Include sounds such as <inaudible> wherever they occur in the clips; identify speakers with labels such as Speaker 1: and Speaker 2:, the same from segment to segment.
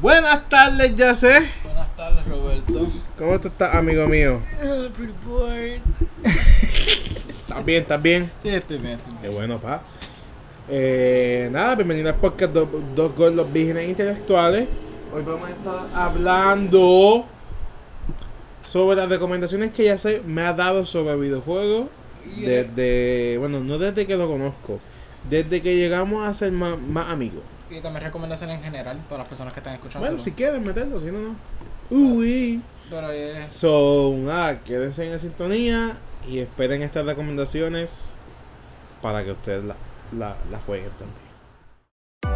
Speaker 1: Buenas tardes, ya sé.
Speaker 2: Buenas tardes, Roberto.
Speaker 1: ¿Cómo tú estás, amigo mío?
Speaker 2: Pretty boy.
Speaker 1: ¿Estás bien? ¿Estás bien?
Speaker 2: Sí, estoy bien, estoy
Speaker 1: Qué
Speaker 2: bien.
Speaker 1: bueno, pa. Eh, nada, bienvenido al podcast Do- Dos Gordos Vírgenes Intelectuales. Hoy vamos a estar hablando sobre las recomendaciones que ya sé me ha dado sobre videojuegos. Desde, bueno, no desde que lo conozco, desde que llegamos a ser más, más amigos.
Speaker 2: Y también recomendaciones en general para las personas que están escuchando.
Speaker 1: Bueno, si quieres meterlo, si no, no. Uy.
Speaker 2: Pero es
Speaker 1: So, nada, quédense en sintonía y esperen estas recomendaciones para que ustedes la, la, la jueguen también.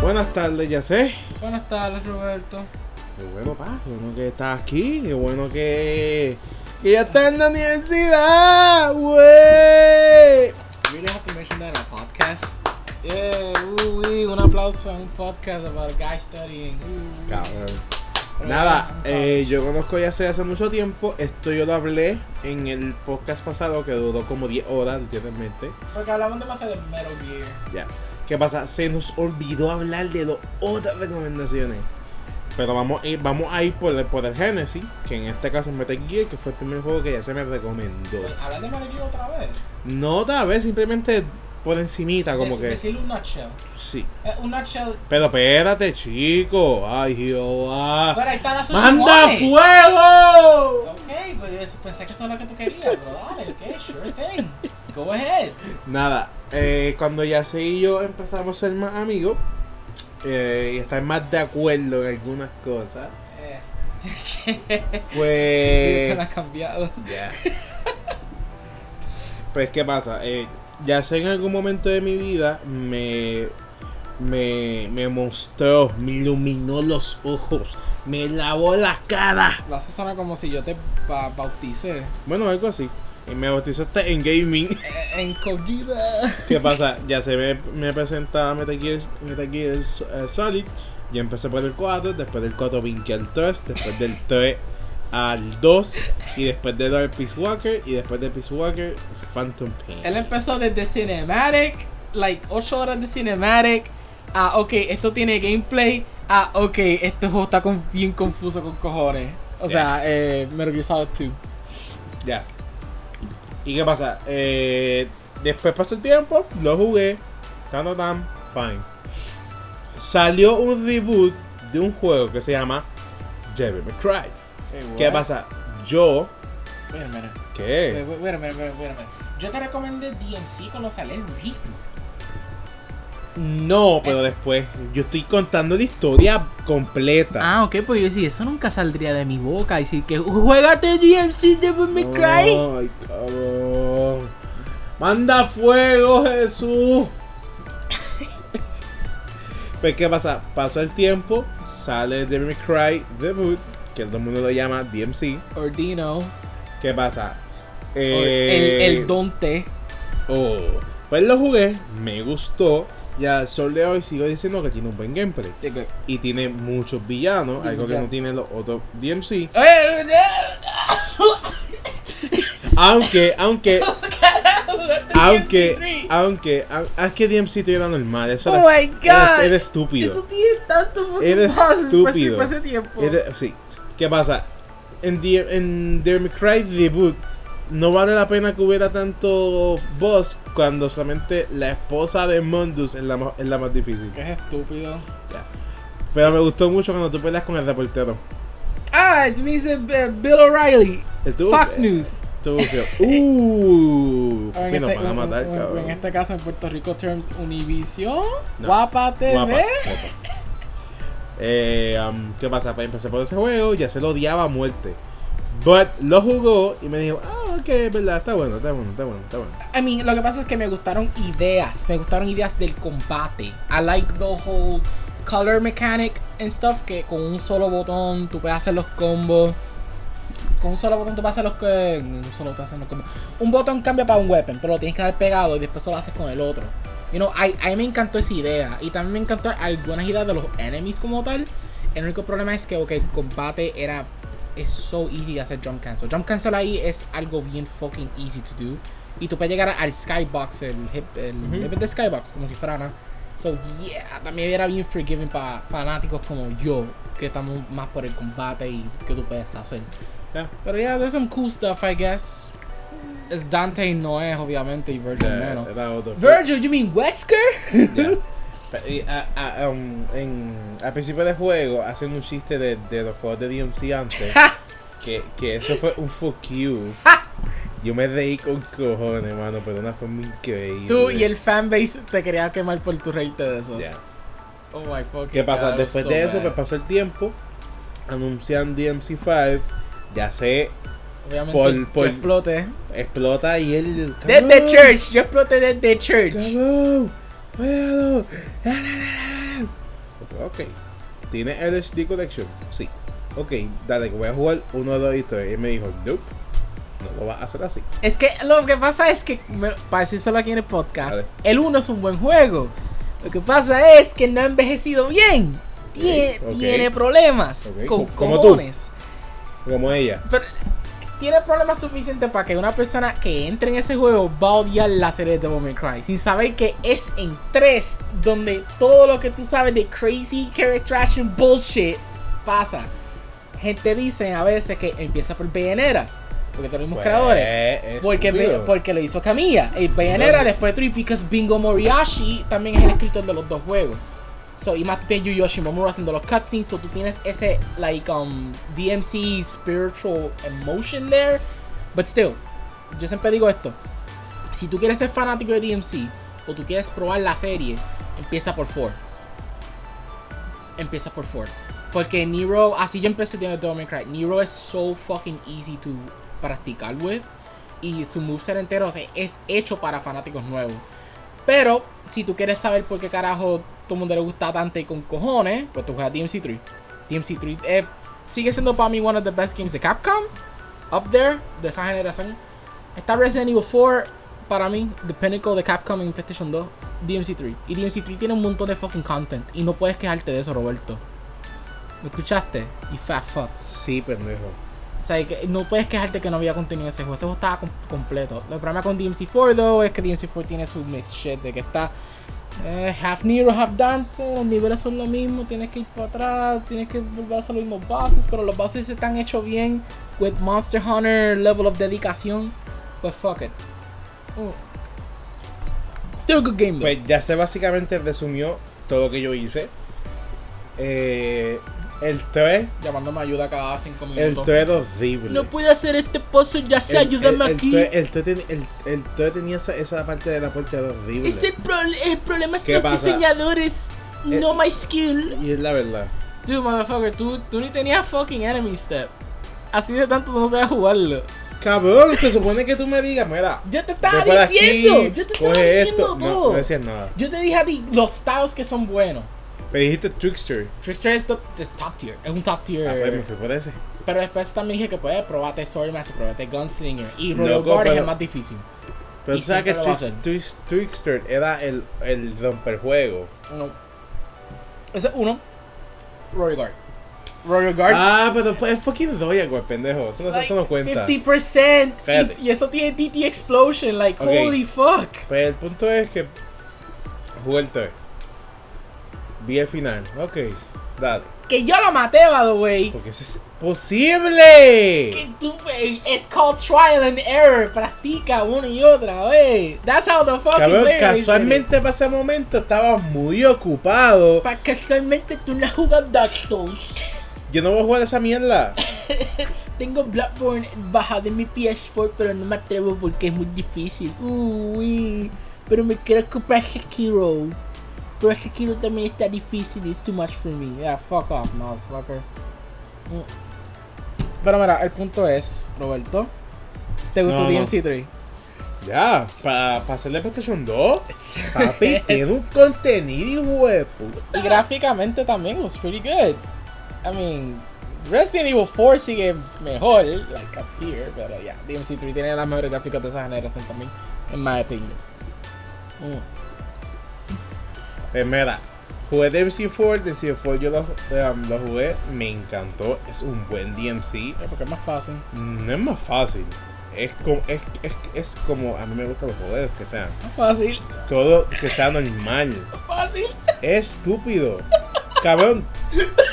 Speaker 1: Buenas tardes, ya sé.
Speaker 2: Buenas tardes, Roberto.
Speaker 1: Qué bueno, pa, qué bueno que estás aquí, qué bueno que, que ya estás en la universidad, güey.
Speaker 2: We don't have to mention that in a podcast. Yeah, ooh, wee, un aplauso a un podcast about a guy studying. Ooh, wee.
Speaker 1: Cabrón.
Speaker 2: Pero
Speaker 1: Nada,
Speaker 2: ya,
Speaker 1: eh, yo conozco ya sé hace mucho tiempo, esto yo lo hablé en el podcast pasado que duró como 10 horas, literalmente.
Speaker 2: Porque hablamos demasiado de Metal Gear.
Speaker 1: Ya. ¿Qué pasa? Se nos olvidó hablar de las otras recomendaciones. Pero vamos a ir, vamos a ir por, el, por el Genesis, que en este caso es Metal Gear, que fue el primer juego que ya se me recomendó.
Speaker 2: Wait, Hablar de Metal Gear otra vez.
Speaker 1: No tal vez, simplemente por encimita, Ah, como
Speaker 2: Dec-
Speaker 1: que...
Speaker 2: Decirle un nutshell.
Speaker 1: Sí.
Speaker 2: Eh, un nutshell.
Speaker 1: Pero espérate, chico. Ay, Jehová.
Speaker 2: Pero ahí está la sushi
Speaker 1: Ah. ¡Manda
Speaker 2: wanted.
Speaker 1: fuego!
Speaker 2: Ok, pues pensé que eso es lo que tú querías, pero dale, ok, sure thing. Go ahead.
Speaker 1: Nada, eh, cuando Yase y yo empezamos a ser más amigos eh, y estar más de acuerdo en algunas cosas,
Speaker 2: Eh, <laughs>
Speaker 1: pues...
Speaker 2: se la ha cambiado.
Speaker 1: Ya. pues, ¿qué pasa? Eh, ya sé en algún momento de mi vida me, me, me mostró, me iluminó los ojos, me lavó la cara.
Speaker 2: Lo hace sonar como si yo te ba- bauticé
Speaker 1: Bueno, algo así. Y me bautizaste en gaming. <laughs>
Speaker 2: Eh, en comida.
Speaker 1: ¿Qué pasa? Ya se me, me presenta Metal Gear, Metal Gear, eh, Solid. Yo empecé por el 4, después del 4 vinqué al 3, después del 3 al 2, y después del 2 al Peace Walker, y después del Peace Walker, Phantom Pain.
Speaker 2: Él empezó desde Cinematic, like 8 horas de Cinematic. Ah, ok, esto tiene gameplay. Ah, ok, este juego está con- bien confuso con cojones. O sea, eh, Metal Gear Solid 2.
Speaker 1: Ya. ¿Y qué pasa? Eh, después pasó el tiempo, lo jugué. Tan tan, fine. Salió un reboot de un juego que se llama Devil May Cry. ¿Qué Eh. pasa? Yo.
Speaker 2: Wait a minute. Wait,
Speaker 1: ¿Qué?
Speaker 2: wait, wait a minute, wait a minute. Yo te recomendé DMC cuando sale el reboot.
Speaker 1: No, pero
Speaker 2: Es-
Speaker 1: después. Yo estoy contando la historia completa.
Speaker 2: Ah, ok, pues yo sí, eso nunca saldría de mi boca. Decir que juégate DMC Devil May Cry.
Speaker 1: Ay, cabrón. Manda fuego, Jesús. pues, ¿qué pasa? Pasó el tiempo, sale Devil May Cry Debut, que todo el mundo lo llama DMC.
Speaker 2: Ordino. o
Speaker 1: ¿Qué pasa?
Speaker 2: El,
Speaker 1: Eh,
Speaker 2: el Dante.
Speaker 1: oh, pues lo jugué, me gustó. Y al sol de hoy sigo diciendo que tiene un buen gameplay.
Speaker 2: Eh,
Speaker 1: Y tiene muchos villanos, algo que
Speaker 2: Ya.
Speaker 1: no tienen los otros DMC.
Speaker 2: eh,
Speaker 1: Aunque, aunque,
Speaker 2: <laughs> DMC
Speaker 1: aunque,
Speaker 2: three.
Speaker 1: aunque, aunque, es que DMC te era normal. Eso
Speaker 2: Oh
Speaker 1: era,
Speaker 2: my
Speaker 1: era- era
Speaker 2: God. Eso
Speaker 1: estúpido.
Speaker 2: tiene tanto
Speaker 1: Eres estúpido.
Speaker 2: Hace tiempo.
Speaker 1: Era- sí. ¿Qué pasa? En, The, en Devil May Cry debut no vale la pena que hubiera tanto boss cuando solamente la esposa de Mondus es la, mo- es la más difícil.
Speaker 2: Que es estúpido.
Speaker 1: Pero me gustó mucho cuando tú peleas con el reportero.
Speaker 2: Ah, tú me dices eh, Bill O'Reilly.
Speaker 1: Estuvo-
Speaker 2: Fox News.
Speaker 1: Estuvo feo.
Speaker 2: <laughs>
Speaker 1: Uh,
Speaker 2: O en
Speaker 1: me nos
Speaker 2: este-
Speaker 1: van a
Speaker 2: en-
Speaker 1: matar,
Speaker 2: en-
Speaker 1: cabrón.
Speaker 2: En este caso, en Puerto Rico Terms Univision.
Speaker 1: No.
Speaker 2: Guapa TV.
Speaker 1: Guapa, guapa. Eh, um, ¿Qué pasa? Pues empecé por ese juego, ya se lo odiaba a muerte. But lo jugó y me dijo, ah, ok, es verdad, está bueno, está bueno, está bueno, está bueno.
Speaker 2: I mean, lo que pasa es que me gustaron ideas, me gustaron ideas del combate. I like the whole color mechanic and stuff que con un solo botón tú puedes hacer los combos. Con un solo botón tú puedes hacer los que. no, Un solo botón hacer los combos. Un botón cambia para un weapon, pero lo tienes que dar pegado y después lo haces con el otro. You know, a, a mí me encantó esa idea. Y también me encantó algunas ideas de los enemies como tal. El único problema es que ok, el combate era. Es so easy de hacer jump cancel. Jump cancel ahí es algo bien fucking easy to do. Y tú puedes llegar al skybox, el hip, el
Speaker 1: Ujú.
Speaker 2: hip de skybox, como si fuera nada. So yeah, también era bien forgiving para fanáticos como yo, que estamos más por el combate y que tú puedes hacer.
Speaker 1: Yeah.
Speaker 2: Pero yeah, there's some cool stuff, I guess. Es Dante y Noé, obviamente, y Virgil menos.
Speaker 1: Era otro.
Speaker 2: Virgil, you mean Wesker?
Speaker 1: Yeah. Y a- a- um, en- al principio del juego hacen un chiste de, de los juegos de DMC
Speaker 2: <laughs>
Speaker 1: antes. que, que eso fue un fuck you. Yo me reí con cojones, mano, pero de una forma increíble.
Speaker 2: Tú y el fanbase te quería quemar por tu reírte de eso.
Speaker 1: Ya.
Speaker 2: Oh my fucking
Speaker 1: ¿Qué pasa?
Speaker 2: God,
Speaker 1: Después
Speaker 2: so
Speaker 1: de eso,
Speaker 2: bad.
Speaker 1: pues pasó el tiempo. Anuncian DMC5. Ya sé,
Speaker 2: Obviamente,
Speaker 1: por-
Speaker 2: yo
Speaker 1: por-
Speaker 2: exploté.
Speaker 1: explota y él.
Speaker 2: Desde
Speaker 1: ¡Cabrón!
Speaker 2: Church, yo exploté desde Church.
Speaker 1: ¡Cabrón! ¡Puedo! ¡La, la, la, la! Ok. ¿Tiene LSD Collection? Sí. Ok, dale, que voy a jugar uno, dos y tres. Y me dijo, nope, no lo vas a hacer así.
Speaker 2: Es que lo que pasa es que, me- para decir solo aquí en el
Speaker 1: A
Speaker 2: podcast,
Speaker 1: ver.
Speaker 2: el 1 es un buen juego. Lo que pasa es que no ha envejecido bien. Tie-
Speaker 1: Ok, ok.
Speaker 2: Tiene problemas.
Speaker 1: Ok,
Speaker 2: Con
Speaker 1: co- como tú.
Speaker 2: cojones.
Speaker 1: Como ella.
Speaker 2: Pero tiene problemas suficientes para que una persona que entre en ese juego va a odiar la serie de Devil May Cry. Sin saber que es en 3 donde todo lo que tú sabes de crazy character action bullshit pasa. Gente dice a veces que empieza por Bayonetta. Porque tenemos los mismos
Speaker 1: Pues,
Speaker 2: creadores.
Speaker 1: es
Speaker 2: Porque,
Speaker 1: estúpido.
Speaker 2: porque lo hizo Camilla. Eh, Y Bayonetta
Speaker 1: claro.
Speaker 2: después de Picas Bingo Moriashi también es el escritor de los dos juegos. So, y más tú tienes Yu Yoshimomura haciendo los cutscenes. So tú tienes ese, like, um, DMC spiritual emotion there. But still, yo siempre digo esto. Si tú quieres ser fanático de DMC o tú quieres probar la serie, empieza por 4. Empieza por 4. Porque Nero, así yo empecé teniendo Devil May Cry. Nero es so fucking easy to practicar with. Y su moveset entero o sea, es hecho para fanáticos nuevos. Pero, si tú quieres saber por qué carajo todo el mundo le gusta tanto y con cojones, pues tú juegas DMC3. DMC3 eh, sigue siendo para mí one of the best games de Capcom. Up there, de esa generación. Está Resident Evil 4, para mí, the pinnacle de Capcom en PlayStation 2. DMC3. Y DMC3 tiene un montón de fucking content. Y no puedes quejarte de eso, Roberto. ¿Me escuchaste? Y fat fuck.
Speaker 1: Sí, pendejo.
Speaker 2: O sea, que no puedes quejarte que no había contenido en ese juego. Ese juego estaba com- completo. El problema con DMC4, though, es que DMC4 tiene su mix shit de que está eh, half Nero, half Dante. Los niveles son lo mismo. Tienes que ir para atrás. Tienes que volver a hacer los mismos bases. Pero los bases están hechos bien. With Monster Hunter level of dedicación. Pues fuck it. Oh. Still a good game, though.
Speaker 1: Pues ya se básicamente resumió todo lo que yo hice. Eh, el 3,
Speaker 2: Llamándome ayuda cada 5
Speaker 1: el
Speaker 2: minutos.
Speaker 1: 3 era horrible.
Speaker 2: No pude hacer este puzzle, ya sé, ayúdame
Speaker 1: el,
Speaker 2: aquí.
Speaker 1: El, el, tres ten- el, el tres tenía esa, esa parte de la puerta era horrible.
Speaker 2: Es el, proble- el problema es
Speaker 1: ¿Qué
Speaker 2: los
Speaker 1: pasa?
Speaker 2: diseñadores.
Speaker 1: Eh,
Speaker 2: No my skill.
Speaker 1: Y es la verdad.
Speaker 2: Dude, motherfucker, tú, tú ni tenías fucking enemy step. Así de tanto no sabes jugarlo.
Speaker 1: Cabrón, se supone que tú me digas, mira.
Speaker 2: Yo te
Speaker 1: ve
Speaker 2: estaba
Speaker 1: por aquí,
Speaker 2: diciendo. yo te estaba
Speaker 1: coge
Speaker 2: diciendo
Speaker 1: esto. No,
Speaker 2: todo.
Speaker 1: no decías nada.
Speaker 2: yo te dije a ti los styles que son buenos.
Speaker 1: Me dijiste Trickster.
Speaker 2: Trickster es top, es top tier. Es un top tier.
Speaker 1: Ah, pues me fui por ese.
Speaker 2: pero después también dije que puedes probarte Sword Master, probarte Gunslinger. Y Royal
Speaker 1: Loco,
Speaker 2: Guard es
Speaker 1: pero-
Speaker 2: el más difícil.
Speaker 1: Pero
Speaker 2: Y
Speaker 1: tú sabes que
Speaker 2: siempre lo va
Speaker 1: Twix-
Speaker 2: a
Speaker 1: Twix- Trickster era el, el romperjuego.
Speaker 2: No. Ese es uno. Royal Guard. Royal Guard.
Speaker 1: Ah, pero pues, es fucking Royal Guard, pendejo. Eso no,
Speaker 2: Like,
Speaker 1: eso no cuenta.
Speaker 2: 50%.
Speaker 1: Cállate.
Speaker 2: Y, y eso tiene DT Explosion. Like,
Speaker 1: Ok.
Speaker 2: holy fuck.
Speaker 1: Pues el punto es que jugué el 3. Vi el final. Ok, dale.
Speaker 2: Que yo lo maté, by the way.
Speaker 1: Porque eso es posible.
Speaker 2: Que tú- eh, It's called trial and error. Practica una y otra, wey. That's how the fucking
Speaker 1: Cabrón,
Speaker 2: player is
Speaker 1: casualmente para ese momento estaba muy ocupado.
Speaker 2: doing it. Pa- Casualmente tú no has jugado Dark Souls.
Speaker 1: Yo no voy a jugar esa mierda.
Speaker 2: Tengo Bloodborne bajado en mi PS4, pero no me atrevo porque es muy difícil. Uy, pero me quiero comprar Sekiro. Pero Sekiro también está difícil, it's too much for me. Yeah, fuck off, motherfucker. Mm. Pero mira, el punto es, Roberto, ¿te gustó
Speaker 1: No, no. <laughs>
Speaker 2: DMC3?
Speaker 1: Ya, para pa hacerle PlayStation 2, papi, tiene un contenido, hijo de puta.
Speaker 2: Y gráficamente también was pretty good. I mean, Resident Evil 4 sigue mejor, like up here, pero ya, DMC3 tiene las mejores gráficas de esa generación también, en mi opinión. Mm.
Speaker 1: Pues mira, jugué DMC4, DMC4 yo lo, um, lo jugué, me encantó, es un buen DMC.
Speaker 2: Eh, Porque es más fácil.
Speaker 1: No Mm, es más fácil, es como, es, es, es como a mí me gustan los juegos que sean.
Speaker 2: Más fácil,
Speaker 1: Todo que sea normal.
Speaker 2: más fácil.
Speaker 1: Estúpido. Cabrón.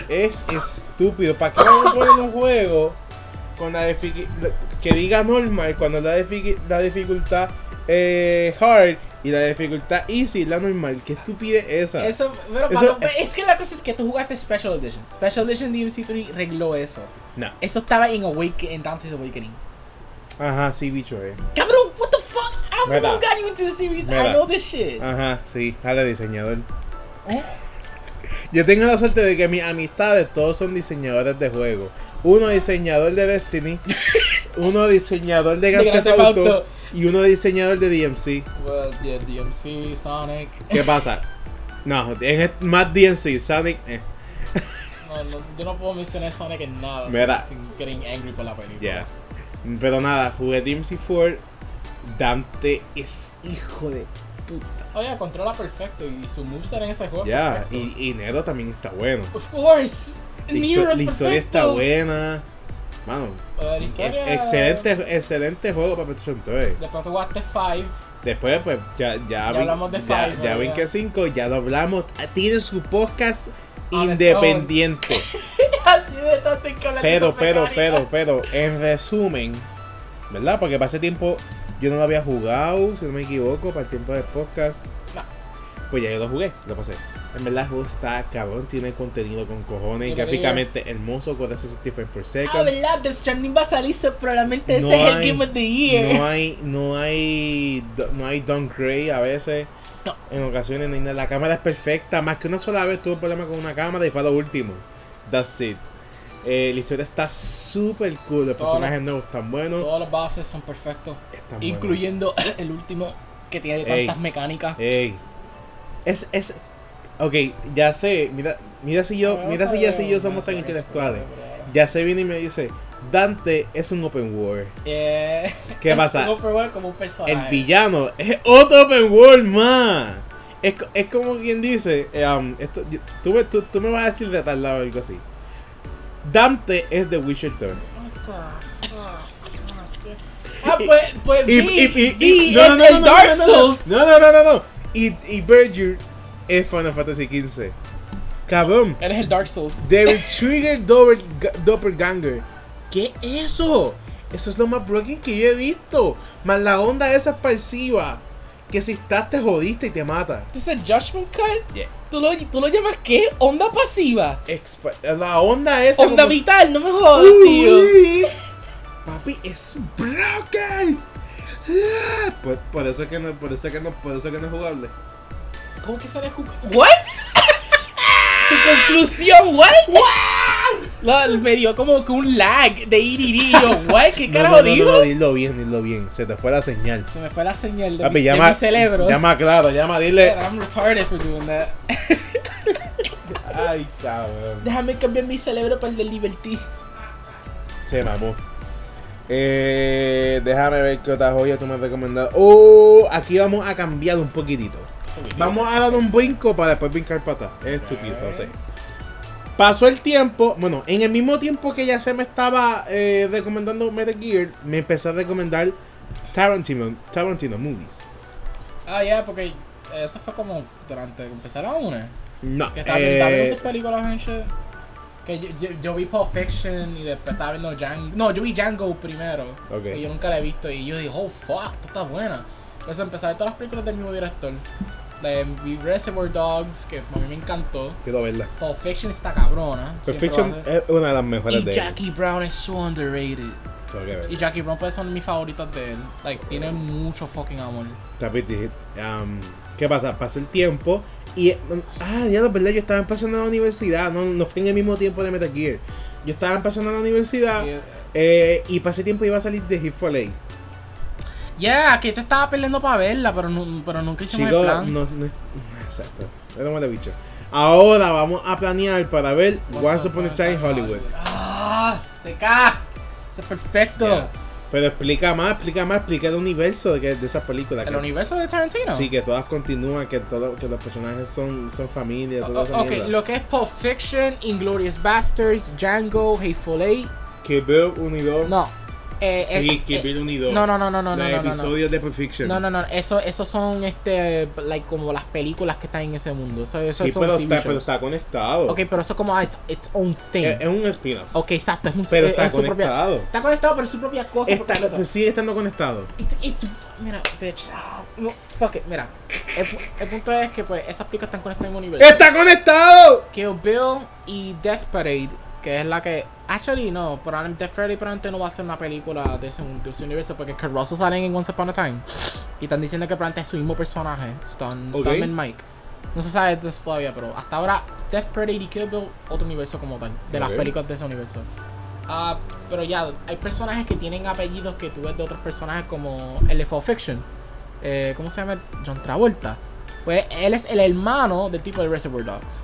Speaker 1: Es estúpido. ¿Para qué vamos a poner un juego con la dificu- la- que diga normal cuando la, dificu- la dificultad eh, hard y la dificultad easy es la normal? ¿Qué estupidez esa?
Speaker 2: Eso, pero
Speaker 1: Ah. Eso-
Speaker 2: cuando- es que la cosa es que tú jugaste Special Edition. Special Edition DMC3 regló eso.
Speaker 1: No.
Speaker 2: Eso estaba en, Awake, en Dante's Awakening.
Speaker 1: Ajá, sí, bicho, eh.
Speaker 2: Cabrón, what the fuck? I'm the
Speaker 1: Mira.
Speaker 2: one who got you into the series. I
Speaker 1: Mira.
Speaker 2: know this shit.
Speaker 1: Ajá, sí, jale diseñador.
Speaker 2: ¿Eh?
Speaker 1: Yo tengo la suerte de que mis amistades todos son diseñadores de juegos. Uno diseñador de
Speaker 2: <laughs>
Speaker 1: Destiny, uno diseñador de
Speaker 2: De
Speaker 1: Grand
Speaker 2: Grand
Speaker 1: Theft
Speaker 2: Theft
Speaker 1: Auto,
Speaker 2: Auto.
Speaker 1: y uno diseñador de DMC.
Speaker 2: Well, yeah, DMC, Sonic.
Speaker 1: ¿Qué pasa? No, es más DNC, Sonic. eh,
Speaker 2: No, no, yo no puedo mencionar Sonic en nada.
Speaker 1: Mira.
Speaker 2: Sin, sin getting angry por la película.
Speaker 1: ya. Pero nada, jugué DMC4. Dante es hijo de puta.
Speaker 2: Oye, Oh, controla perfecto y su moveset en ese juego. es
Speaker 1: Ya,
Speaker 2: perfecto.
Speaker 1: y, y Nero también está bueno.
Speaker 2: Of course.
Speaker 1: La, histo-
Speaker 2: Nero es
Speaker 1: la historia
Speaker 2: perfecto.
Speaker 1: está buena. Mano,
Speaker 2: Eh, la
Speaker 1: e-
Speaker 2: historia-
Speaker 1: excelente, excelente juego para PlayStation 3.
Speaker 2: Después tú jugaste Five. <laughs>
Speaker 1: Después, pues, ya, ya, vi-
Speaker 2: hablamos de
Speaker 1: ya,
Speaker 2: Five,
Speaker 1: ya
Speaker 2: ¿verdad?
Speaker 1: ven que 5, ya lo hablamos. Tiene su podcast
Speaker 2: On its <laughs>
Speaker 1: independiente.
Speaker 2: Así de tanto que hablar de
Speaker 1: Pero,
Speaker 2: esa
Speaker 1: pero,
Speaker 2: mecánica.
Speaker 1: pero, pero, en resumen, ¿verdad? Porque para ese tiempo yo no lo había jugado, si no me equivoco, para el tiempo del podcast.
Speaker 2: No.
Speaker 1: Pues ya yo lo jugué, lo pasé. En verdad, el juego está cabrón, tiene contenido con cojones,
Speaker 2: Tiene
Speaker 1: gráficamente hermoso, con 65 por
Speaker 2: Ah,
Speaker 1: second.
Speaker 2: verdad, Death Stranding va a salir, so probablemente
Speaker 1: No
Speaker 2: ese es el
Speaker 1: hay-
Speaker 2: Game of the Year.
Speaker 1: No hay, no hay, no hay downgrade a veces.
Speaker 2: No.
Speaker 1: En ocasiones, ni nada. la cámara es perfecta. Más que una sola vez tuve un problema con una cámara y fue lo último. That's it. Eh, la historia está súper cool. Los
Speaker 2: Todo lo-
Speaker 1: personajes nuevos están buenos.
Speaker 2: Todos los bases son perfectos,
Speaker 1: Están buenos.
Speaker 2: incluyendo <laughs> el último que tiene
Speaker 1: Ey.
Speaker 2: tantas mecánicas.
Speaker 1: Ey. Es, es. Ok, ya sé. Mira, mira si yo,
Speaker 2: Vamos
Speaker 1: mira
Speaker 2: a
Speaker 1: si ya
Speaker 2: ver,
Speaker 1: si yo somos tan
Speaker 2: no sé,
Speaker 1: intelectuales.
Speaker 2: spoiler,
Speaker 1: Ya se viene y me dice, Dante es un open world.
Speaker 2: Eh,
Speaker 1: ¿Qué
Speaker 2: es
Speaker 1: pasa?
Speaker 2: un overworld como un personaje.
Speaker 1: El villano es otro open world más. Es, co- es como quien dice, eh, um, esto, yo- tú, me- tú- tú me vas a decir de tal lado o algo así. Dante es de Witcher 3.
Speaker 2: What the fuck? Ah, pues, pues
Speaker 1: Y,
Speaker 2: vi,
Speaker 1: y- y-
Speaker 2: vi,
Speaker 1: y- no,
Speaker 2: es
Speaker 1: no, no,
Speaker 2: el
Speaker 1: no, no,
Speaker 2: Dark
Speaker 1: no, no, no,
Speaker 2: Souls.
Speaker 1: No, no, no, no, no. Y, y Berger es Final Fantasy XV. Cabrón.
Speaker 2: Eres el Dark Souls. <laughs>
Speaker 1: Devil Trigger Doppel- Doppelganger. ¿Qué es eso? Eso es lo más broken que yo he visto. Más la onda esa esparciva. Que si estás te jodiste y te mata.
Speaker 2: ¿Este es el Judgment Cut?
Speaker 1: Yeah.
Speaker 2: ¿Tú lo, ¿Tú lo llamas qué? ¿Onda pasiva?
Speaker 1: Expa- la onda esa.
Speaker 2: ¿Onda
Speaker 1: como-
Speaker 2: vital? No me jodas, tío.
Speaker 1: Uy, Papi, es broken. Ah, Por, por eso es que no, por eso es que no, por eso es que no es jugable.
Speaker 2: ¿Cómo que sale Juca? ¿What? <laughs> ¿Tu conclusión? ¿What? No, me dio como que un lag de ir y yo, ¿what?
Speaker 1: <laughs>
Speaker 2: ¿Qué
Speaker 1: No,
Speaker 2: carajo
Speaker 1: no, no,
Speaker 2: dijo?
Speaker 1: no, dilo bien, dilo bien. Se te fue la señal.
Speaker 2: Se me fue la señal de,
Speaker 1: Papi,
Speaker 2: mi, de
Speaker 1: llama,
Speaker 2: mi cerebro.
Speaker 1: llama claro, llama, dile.
Speaker 2: I'm retarded for doing that.
Speaker 1: Ay, cabrón.
Speaker 2: Déjame cambiar mi cerebro para el de Liberty.
Speaker 1: Se mamó. Eh, déjame ver qué otra joya tú me has recomendado. Oh, aquí vamos a cambiar un poquitito. Vamos a dar un brinco para después brincar para atrás. Es estúpido,
Speaker 2: Ok.
Speaker 1: no sé. Pasó el tiempo, bueno, en el mismo tiempo que ya se me estaba eh, recomendando Metal Gear, me empezó a recomendar Tarantino, Tarantino Movies.
Speaker 2: Ah, ya, porque eso fue como durante que empezaron una.
Speaker 1: No,
Speaker 2: Que estaba
Speaker 1: eh,
Speaker 2: estaba viendo sus películas and shit. Que yo, yo- yo vi Pulp Fiction y después estaba viendo Django. No, yo vi Django primero.
Speaker 1: Ok.
Speaker 2: Que yo nunca la he visto. Y yo dije, oh fuck, esto está buena. Entonces empecé a ver todas las películas del mismo director. De, vi Reservoir Dogs, que a mí me encantó.
Speaker 1: quiero verla.
Speaker 2: Pulp Fiction está cabrona.
Speaker 1: Pulp
Speaker 2: siempre
Speaker 1: Fiction
Speaker 2: va a ser.
Speaker 1: es una de las mejores
Speaker 2: Y
Speaker 1: de él.
Speaker 2: Jackie Brown es so underrated.
Speaker 1: Tengo que ver.
Speaker 2: Y Jackie Brown puede ser una de mis favoritas de él. Like, tiene mucho fucking amor.
Speaker 1: Tapete, am, ¿Qué pasa? Pasó el tiempo y. Ah, ya lo verdad, yo estaba empezando la universidad. No, no fue en el mismo tiempo de Metal Gear. Yo Ah. estaba empezando la universidad
Speaker 2: Y-
Speaker 1: eh, y pasé tiempo iba a salir de Hit for Late.
Speaker 2: Yeah, que te estaba peleando para verla, pero, nu- pero nunca hicimos el
Speaker 1: Chicos,
Speaker 2: plan.
Speaker 1: no, no- <laughs> exacto. Éramos de bicho. Ahora vamos a planear para ver Once, Upon a Time in Hollywood.
Speaker 2: Ah, se cast. Eso es perfecto.
Speaker 1: Yeah. Pero explica más, explica más, explica el universo de, que- de esa película.
Speaker 2: El
Speaker 1: que-
Speaker 2: universo de Tarantino.
Speaker 1: Sí, que todas continúan, que todo, que los personajes son, son familia,
Speaker 2: O-
Speaker 1: toda esa
Speaker 2: o- ok,
Speaker 1: mierda.
Speaker 2: lo que es Pulp Fiction, Inglorious Bastards, Django, Hateful Eight.
Speaker 1: Que Bill unido.
Speaker 2: No. Eh,
Speaker 1: sí,
Speaker 2: eh,
Speaker 1: que
Speaker 2: eh,
Speaker 1: Bill unido.
Speaker 2: no, no, no, no, no,
Speaker 1: Los
Speaker 2: no, no, no, no.
Speaker 1: episodios de Pulp Fiction.
Speaker 2: No, no, no, eso, eso son este, like, como las películas que están en ese mundo. Eso, eso
Speaker 1: Sí,
Speaker 2: son
Speaker 1: pero
Speaker 2: TV
Speaker 1: está, pero
Speaker 2: shows.
Speaker 1: está conectado.
Speaker 2: Ok, pero eso es como ah, its, its own thing.
Speaker 1: Es, es un spin-off.
Speaker 2: ok, eh, exacto, es, un,
Speaker 1: Eh, pero
Speaker 2: es-
Speaker 1: está
Speaker 2: es su propia.
Speaker 1: conectado.
Speaker 2: Está conectado, pero es su propia cosa. por
Speaker 1: Está,
Speaker 2: completo.
Speaker 1: pues sigue estando conectado.
Speaker 2: It's, it's, mira, bitch. ah, no, fuck it, mira. El, pu- el punto es que pues esas películas están conectadas en un universo.
Speaker 1: ¡Está conectado!
Speaker 2: Kill Bill y Death Parade, que es la que. Actually, no, probablemente Death Parade probablemente no va a ser una película de ese, de ese universo porque Kurt Russell sale en Once Upon a Time. Y están diciendo que probablemente es su mismo personaje, Stone,
Speaker 1: Ok.
Speaker 2: Stuntman Mike. No se sabe de eso todavía, pero hasta ahora Death Parade y Kill Bill, otro universo como tal, de las
Speaker 1: Ok.
Speaker 2: películas de ese universo. Ah, pero ya, hay personajes que tienen apellidos que tú ves de otros personajes como el de Fall Fiction. Eh, ¿Cómo se llama? John Travolta. Pues él es el hermano del tipo de Reservoir Dogs.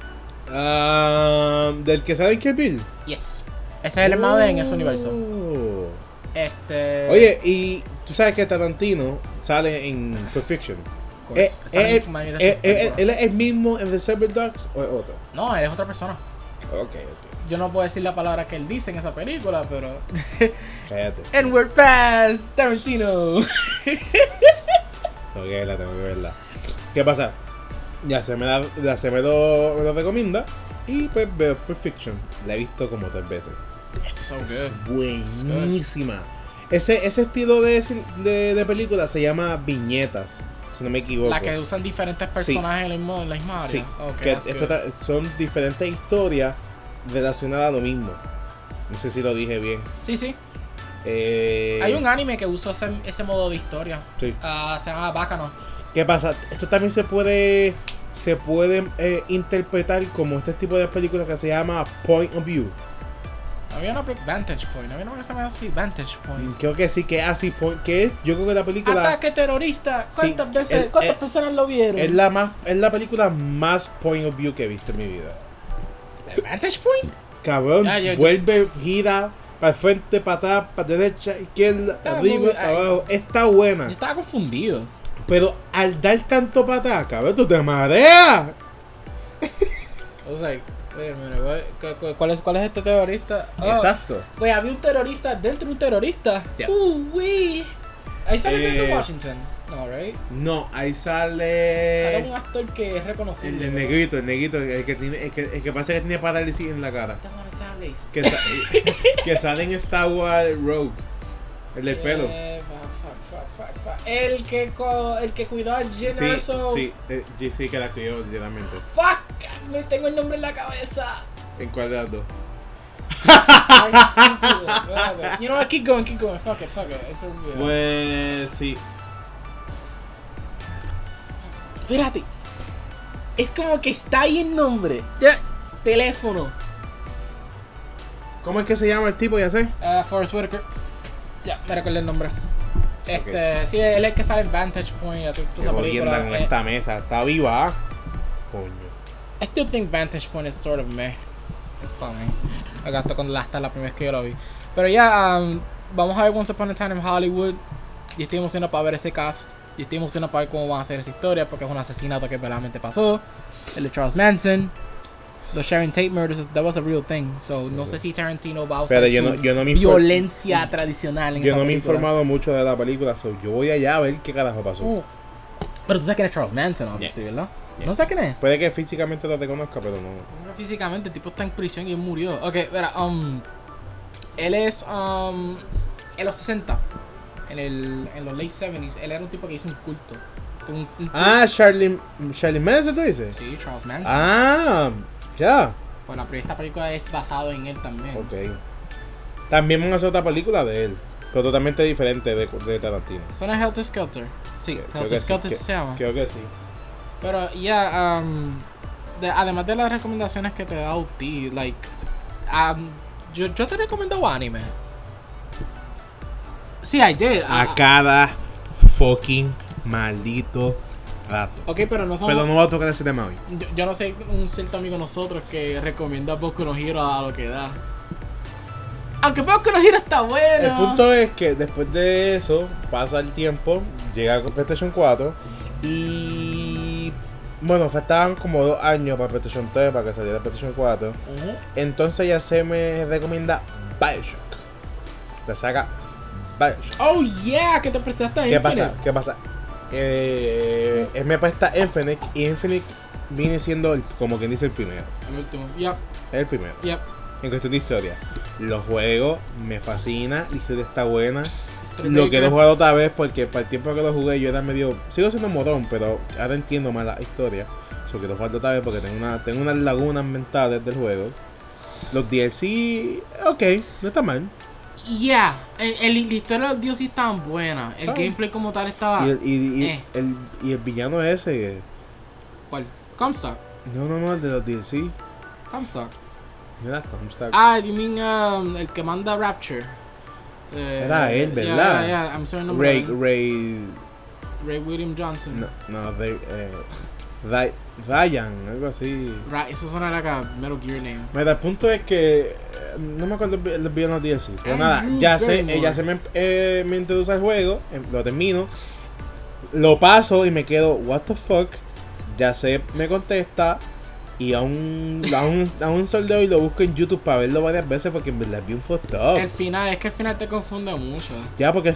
Speaker 1: Ah, Del que sale que Bill.
Speaker 2: Yes. Ese es el hermano de en ese universo.
Speaker 1: Oh.
Speaker 2: Este.
Speaker 1: Oye, y tú sabes que Tarantino sale en Pulp Fiction.
Speaker 2: of course.
Speaker 1: Eh,
Speaker 2: Esa
Speaker 1: eh,
Speaker 2: es mi manera de
Speaker 1: eh,
Speaker 2: hacer
Speaker 1: eh,
Speaker 2: película.
Speaker 1: ¿Él es el mismo en Reservoir Dogs o es otro?
Speaker 2: No, él es otra persona.
Speaker 1: Ok, ok.
Speaker 2: Yo no puedo decir la palabra que él dice en esa película,
Speaker 1: <laughs>
Speaker 2: pero.
Speaker 1: Cállate.
Speaker 2: And we're past Tarantino.
Speaker 1: <laughs> Tengo que verla, tengo que verla. ¿Qué pasa? Ya se me, la, ya se me, lo, me lo recomienda. Y pues veo Pulp Fiction. La he visto como tres veces.
Speaker 2: It's so
Speaker 1: Es
Speaker 2: good.
Speaker 1: buenísima. Ese, ese estilo de, cin- de, de película se llama viñetas, si no me equivoco.
Speaker 2: La que usan diferentes personajes en, el mismo- en la misma área.
Speaker 1: Sí,
Speaker 2: Ok,
Speaker 1: que
Speaker 2: that's
Speaker 1: es
Speaker 2: good.
Speaker 1: otra- son diferentes historias relacionadas a lo mismo. No sé si lo dije bien.
Speaker 2: Sí, sí.
Speaker 1: Eh,
Speaker 2: Hay un anime que usó ese, ese modo de historia.
Speaker 1: sí.
Speaker 2: Ah, se llama Bacano.
Speaker 1: ¿Qué pasa? Esto también se puede se puede eh, interpretar como este tipo de películas que se llama Point of View.
Speaker 2: Había una pre- Vantage Point. Había una que se llama así Vantage Point.
Speaker 1: Creo que sí, que es así. Point, que es, yo creo que la película...
Speaker 2: Ataque terrorista.
Speaker 1: Sí,
Speaker 2: ¿Cuántas veces?
Speaker 1: el-
Speaker 2: ¿Cuántas
Speaker 1: el-
Speaker 2: personas lo vieron?
Speaker 1: Es la más, es la película más point of view que he visto en mi vida.
Speaker 2: Vantage Point.
Speaker 1: Cabrón,
Speaker 2: Ah, yo- yo-
Speaker 1: vuelve, gira, para el frente, para atrás, para derecha, izquierda,
Speaker 2: Está
Speaker 1: arriba,
Speaker 2: muy-
Speaker 1: para
Speaker 2: ay.
Speaker 1: abajo. Está buena.
Speaker 2: Yo estaba confundido.
Speaker 1: Pero al dar tanto para atrás, cabrón, tú te mareas.
Speaker 2: I was like, wait a minute, what- cu- cu- ¿cuál es, cuál es este terrorista? Oh,
Speaker 1: Exacto.
Speaker 2: Güey, había un terrorista dentro de un terrorista.
Speaker 1: Yeah.
Speaker 2: Uh, wey. Ahí sale
Speaker 1: Eh,
Speaker 2: Denzel Washington. No, right?
Speaker 1: No, ahí
Speaker 2: Sale un
Speaker 1: sale.
Speaker 2: actor que es
Speaker 1: eh, El,
Speaker 2: reconocible.
Speaker 1: el
Speaker 2: güey.
Speaker 1: negrito, el negrito, el que, tiene, el, que, el que pasa que tiene parálisis en la cara.
Speaker 2: That's not a sound racist.
Speaker 1: Que, sa-
Speaker 2: <laughs>
Speaker 1: que sale en Star Wars Rogue. El del pelo.
Speaker 2: Eh, fuck, fuck, fuck, fuck, fuck. El que, co- el que cuidó a Jen
Speaker 1: Sí,
Speaker 2: Erso.
Speaker 1: sí, eh, sí, sí, que la crió, literalmente.
Speaker 2: Fuck, me tengo el nombre en
Speaker 1: <laughs>
Speaker 2: la cabeza.
Speaker 1: ¿En cuál de las dos?
Speaker 2: I'm stupid, brother. you know what? Keep going, keep going. Fuck it, fuck it. It's a video.
Speaker 1: Pues sí.
Speaker 2: Espérate. Es como que está ahí el nombre. Ya. Teléfono.
Speaker 1: ¿Cómo es que se llama el tipo? Ya sé.
Speaker 2: Ah, Forrest Whitaker. Ya, me recuerdo el nombre. Este, sí, él es el que sale en Vantage Point. ya tú-
Speaker 1: Qué
Speaker 2: tú esa
Speaker 1: jodienda
Speaker 2: película.
Speaker 1: con
Speaker 2: eh,
Speaker 1: esta mesa. Está viva. ah. Coño.
Speaker 2: I still think Vantage Point is sort of meh. Es para mí. Acá esto cuando la, hasta la primera vez que yo lo vi. Pero ya, um, vamos a ver Once Upon a Time in Hollywood. Yo estoy emocionado para ver ese cast. Yo estoy emocionado para ver cómo van a hacer esa historia. Porque es un asesinato que verdaderamente pasó. El de Charles Manson. Los Sharon Tate murders, that was a real thing. So, no sé si Tarantino va a usar
Speaker 1: Pero yo
Speaker 2: su
Speaker 1: no, yo no me he inform-
Speaker 2: violencia tradicional en
Speaker 1: yo
Speaker 2: esa
Speaker 1: no me he
Speaker 2: película.
Speaker 1: informado mucho de la película. so yo voy allá a ver qué carajo pasó.
Speaker 2: Uh, Pero tú sabes quién es Charles Manson, obviously, ¿verdad?
Speaker 1: Yeah.
Speaker 2: No sé quién es.
Speaker 1: Puede que físicamente lo reconozca, pero no.
Speaker 2: Nunca Físicamente, el tipo está en prisión y él murió. Ok, verá, um, él es um, en los 60, en, el, en los late 70s, él era un tipo que hizo un culto. Un, un culto.
Speaker 1: Ah, Charlie, Charlie Manson, tú dices.
Speaker 2: Sí, Charles Manson.
Speaker 1: Ah, ya.
Speaker 2: Pues la, esta película es basado en él también.
Speaker 1: Ok. También van a hacer otra película de él, pero totalmente diferente de, de Tarantino.
Speaker 2: ¿Son a Helter Skelter? Sí,
Speaker 1: Creo que
Speaker 2: Helter
Speaker 1: sí,
Speaker 2: Skelter
Speaker 1: que-
Speaker 2: se llama.
Speaker 1: Creo que sí.
Speaker 2: Pero ya, um, de- además de las recomendaciones que te da UT, like, um, yo, yo te recomiendo anime. Sí, I did. Ah,
Speaker 1: A cada fucking maldito rato.
Speaker 2: ah, Ok, pero no somos.
Speaker 1: Pero no voy a tocar ese tema hoy.
Speaker 2: Yo, yo no sé un cierto amigo de nosotros que recomienda Boku no Hero a lo que da. Aunque Boku no Hero está bueno.
Speaker 1: El punto es que después de eso pasa el tiempo, llega con PlayStation 4 y bueno, faltaban como dos años para PlayStation 3 para que saliera PlayStation 4.
Speaker 2: Ujú.
Speaker 1: Entonces ya se me recomienda Bioshock. La saga Bioshock.
Speaker 2: Oh yeah, que te prestaste a
Speaker 1: ¿Qué
Speaker 2: Infinite.
Speaker 1: pasa? ¿Qué pasa? Eh, él me presta Infinite y Infinite viene siendo el- como quien dice el primero.
Speaker 2: El último. Yep,
Speaker 1: Es el primero.
Speaker 2: yep.
Speaker 1: En cuestión de historia. Los juegos me fascina, la historia está buena.
Speaker 2: Tremendo.
Speaker 1: Lo quiero jugar otra vez porque para el tiempo que lo jugué yo era medio. Sigo siendo morón, pero ahora entiendo más la historia. Eso quiero jugarlo otra vez porque tengo, una, tengo unas lagunas mentales del juego. Los DLC, ok, no está mal.
Speaker 2: Yeah, el, el, la historia de los dioses es tan buena. El
Speaker 1: Ah.
Speaker 2: gameplay como tal estaba.
Speaker 1: Y el, y- y-
Speaker 2: eh.
Speaker 1: el- y el villano ese.
Speaker 2: ¿Cuál? Comstock.
Speaker 1: No, no, no, el de los DLC.
Speaker 2: Comstock.
Speaker 1: No era Comstock.
Speaker 2: Ah, you mean um, el que manda Rapture. Eh,
Speaker 1: Era él,
Speaker 2: yeah,
Speaker 1: ¿verdad?
Speaker 2: Yeah, yeah, I'm sorry, el nombre
Speaker 1: Ray,
Speaker 2: de él.
Speaker 1: Ray.
Speaker 2: Ray William Johnson.
Speaker 1: No, no, Ray. Eh, Ray- Ryan, algo así.
Speaker 2: Ra- eso suena like a Metal Gear name.
Speaker 1: Mira, el punto es que eh, no me acuerdo el- los villanos DLC. Pero nada,
Speaker 2: Andrew
Speaker 1: ya sé,
Speaker 2: Barrymore.
Speaker 1: eh, ya se me, eh, me introduce al juego, eh, lo termino, lo paso y me quedo, what the fuck. Ya sé, me contesta y aún, aún, aún sol de hoy lo busco en YouTube para verlo varias veces porque en verdad es bien fucked up.
Speaker 2: El final, es que el final te confunde mucho.
Speaker 1: Ya porque, ah,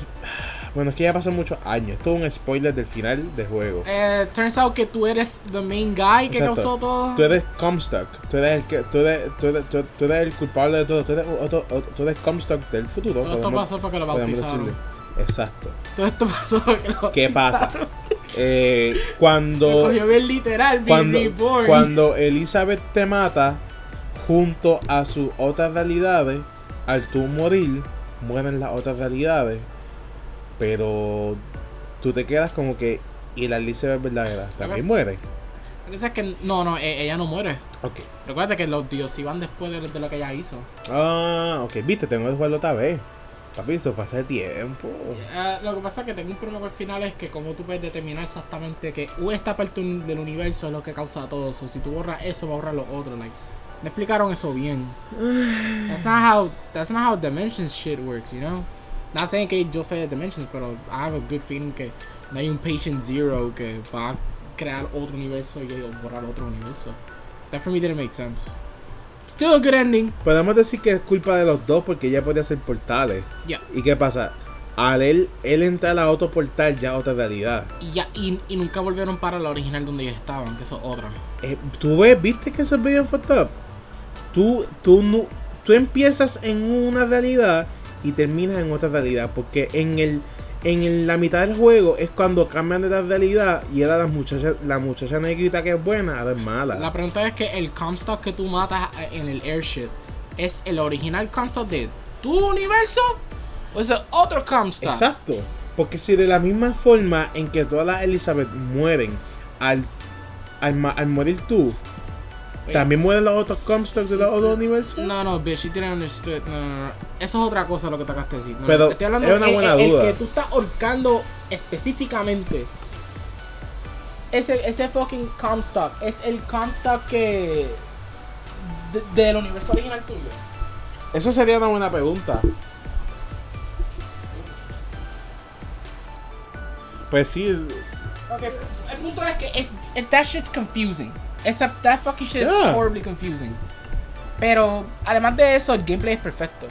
Speaker 1: bueno, es que ya pasó muchos años. Esto es un spoiler del final del juego.
Speaker 2: Eh, turns out que tú eres the main guy que
Speaker 1: Exacto.
Speaker 2: causó todo.
Speaker 1: Tú eres Comstock, tú eres el, que- tú eres, tú eres, tú- tú eres el culpable de todo, tú eres, otro- otro- tú eres Comstock del futuro.
Speaker 2: todo esto
Speaker 1: podemos-
Speaker 2: pasó porque lo
Speaker 1: Podemos
Speaker 2: bautizaron.
Speaker 1: decirle. Exacto.
Speaker 2: Todo esto pasó porque lo
Speaker 1: ¿Qué pasa? Eh,
Speaker 2: Lo
Speaker 1: cuando,
Speaker 2: cogió bien literal, bien
Speaker 1: cuando,
Speaker 2: reborn.
Speaker 1: cuando Elizabeth te mata, junto a sus otras realidades, al tú morir, mueren las otras realidades. Pero tú te quedas como que. Y la Elizabeth verdadera también muere.
Speaker 2: Lo que pasa es que no, no, e- ella no muere.
Speaker 1: Ok.
Speaker 2: Recuerda que los dioses iban después de, de lo que ella hizo.
Speaker 1: Ah, ok. Viste, tengo que jugarlo otra vez. Papi, eso fue hace tiempo.
Speaker 2: Eh, lo que pasa es que tengo un problema con el final es que como tú puedes determinar exactamente que u- esta parte un- del universo es lo que causa todo eso. Si tú borras eso, va a borrar los otros. Like, me explicaron eso bien. That's not how that's not how dimensions shit works, you know. Not saying que yo sé de dimensions, pero I have a good feeling que no hay un patient zero que va a crear otro universo y borrar otro universo. That for me didn't make sense. Still a good ending.
Speaker 1: Podemos decir que es culpa de los dos porque ella podía hacer portales.
Speaker 2: Yeah.
Speaker 1: ¿Y qué pasa? Al él, él entrar a otro portal, ya otra realidad.
Speaker 2: Y ya y, y nunca volvieron para la original donde ellos estaban, que eso es otra.
Speaker 1: Eh, ¿Tú ves? ¿Viste que eso es bien fucked up? Tú, tú, no, tú empiezas en una realidad y terminas en otra realidad. Porque en el en el- la mitad del juego es cuando cambian de la realidad y era la muchacha, la muchacha negrita que es buena, ahora es mala.
Speaker 2: La pregunta es que el Comstock que tú matas eh, en el airship es el original Comstock de tu universo o es el otro Comstock.
Speaker 1: Exacto. Porque si de la misma forma en que todas las Elizabeth mueren al, al, ma- al morir tú,
Speaker 2: Oye,
Speaker 1: también mueren los otros Comstocks de los otros universos.
Speaker 2: No, no, bitch, you didn't understand. No, no, no. Eso es otra cosa lo que te acabaste de decir. No,
Speaker 1: Pero
Speaker 2: estoy hablando
Speaker 1: es una
Speaker 2: el-
Speaker 1: buena
Speaker 2: el, el
Speaker 1: duda.
Speaker 2: que tú estás ahorcando específicamente. Ese, ese fucking Comstock es el Comstock que. de- del universo original tuyo.
Speaker 1: Eso sería una buena pregunta. Pues sí, es-
Speaker 2: Ok, el punto es que es, that shit's confusing. Esa, that fucking shit
Speaker 1: Yeah.
Speaker 2: is horribly confusing. Pero además de eso, el gameplay es perfecto.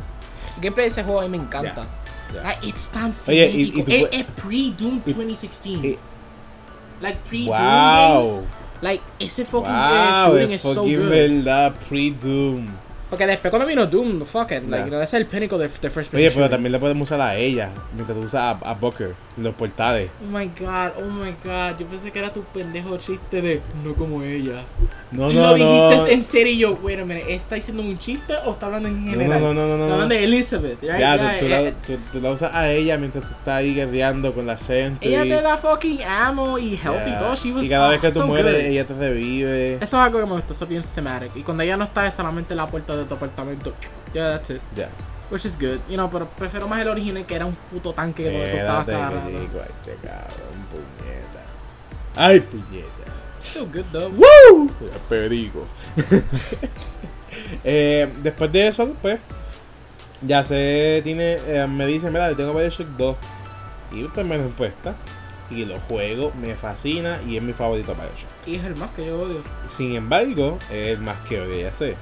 Speaker 2: El gameplay de ese juego a mí me encanta.
Speaker 1: Yeah, yeah.
Speaker 2: Like, it's tan
Speaker 1: Oye, y-
Speaker 2: frenético.
Speaker 1: y tú
Speaker 2: Es-
Speaker 1: pue-
Speaker 2: Es pre-Doom
Speaker 1: y-
Speaker 2: 2016.
Speaker 1: y-
Speaker 2: like pre-Doom games.
Speaker 1: wow.
Speaker 2: Like, ese fucking eh,
Speaker 1: Wow, es
Speaker 2: shooting is so
Speaker 1: fucking
Speaker 2: good.
Speaker 1: verdad, pre-Doom.
Speaker 2: Porque después cuando vino Doom, fuck it.
Speaker 1: Nah.
Speaker 2: Like, no, ese es el pinnacle de, de first person.
Speaker 1: Oye, pero
Speaker 2: shooter.
Speaker 1: también le podemos usar a ella, mientras tú usas a, a Booker, en los portales.
Speaker 2: Oh my god, oh my god. Yo pensé que era tu pendejo chiste de no como ella.
Speaker 1: No,
Speaker 2: y
Speaker 1: no,
Speaker 2: lo dijiste
Speaker 1: no.
Speaker 2: en serio y yo, wait a minute, ¿está diciendo un chiste o está hablando en
Speaker 1: No,
Speaker 2: general?
Speaker 1: no, no, no, no,
Speaker 2: Está
Speaker 1: no.
Speaker 2: hablando de Elizabeth, right?
Speaker 1: Ya,
Speaker 2: eh, Yeah,
Speaker 1: tú, tú
Speaker 2: yeah.
Speaker 1: la, tú- tú la usas a ella mientras tú estás ahí guerreando con la Sentry.
Speaker 2: Ella te da fucking ammo y health
Speaker 1: Ya.
Speaker 2: y todo. She was,
Speaker 1: Y cada vez
Speaker 2: oh,
Speaker 1: que tú
Speaker 2: so
Speaker 1: mueres,
Speaker 2: good.
Speaker 1: ella te revive.
Speaker 2: Eso es algo que me gustó, eso es bien thematic. Y cuando ella no está, es solamente la puerta de tu apartamento. Yeah, that's it.
Speaker 1: Ya.
Speaker 2: Which is good, you know, pero prefiero más el original que era un puto tanque donde tú estabas cada rato.
Speaker 1: digo a este cabrón, puñeta. Ay, puñeta.
Speaker 2: Still good though.
Speaker 1: ¡Woo! Perico. <laughs> Eh, después de eso, pues, ya se tiene, eh, me dice, mira, le tengo Bioshock 2. Y pues me respuesta. Y lo juego, me fascina y es mi favorito Bioshock.
Speaker 2: Y es el más que yo odio.
Speaker 1: Sin embargo, es el más que odio, ya sé.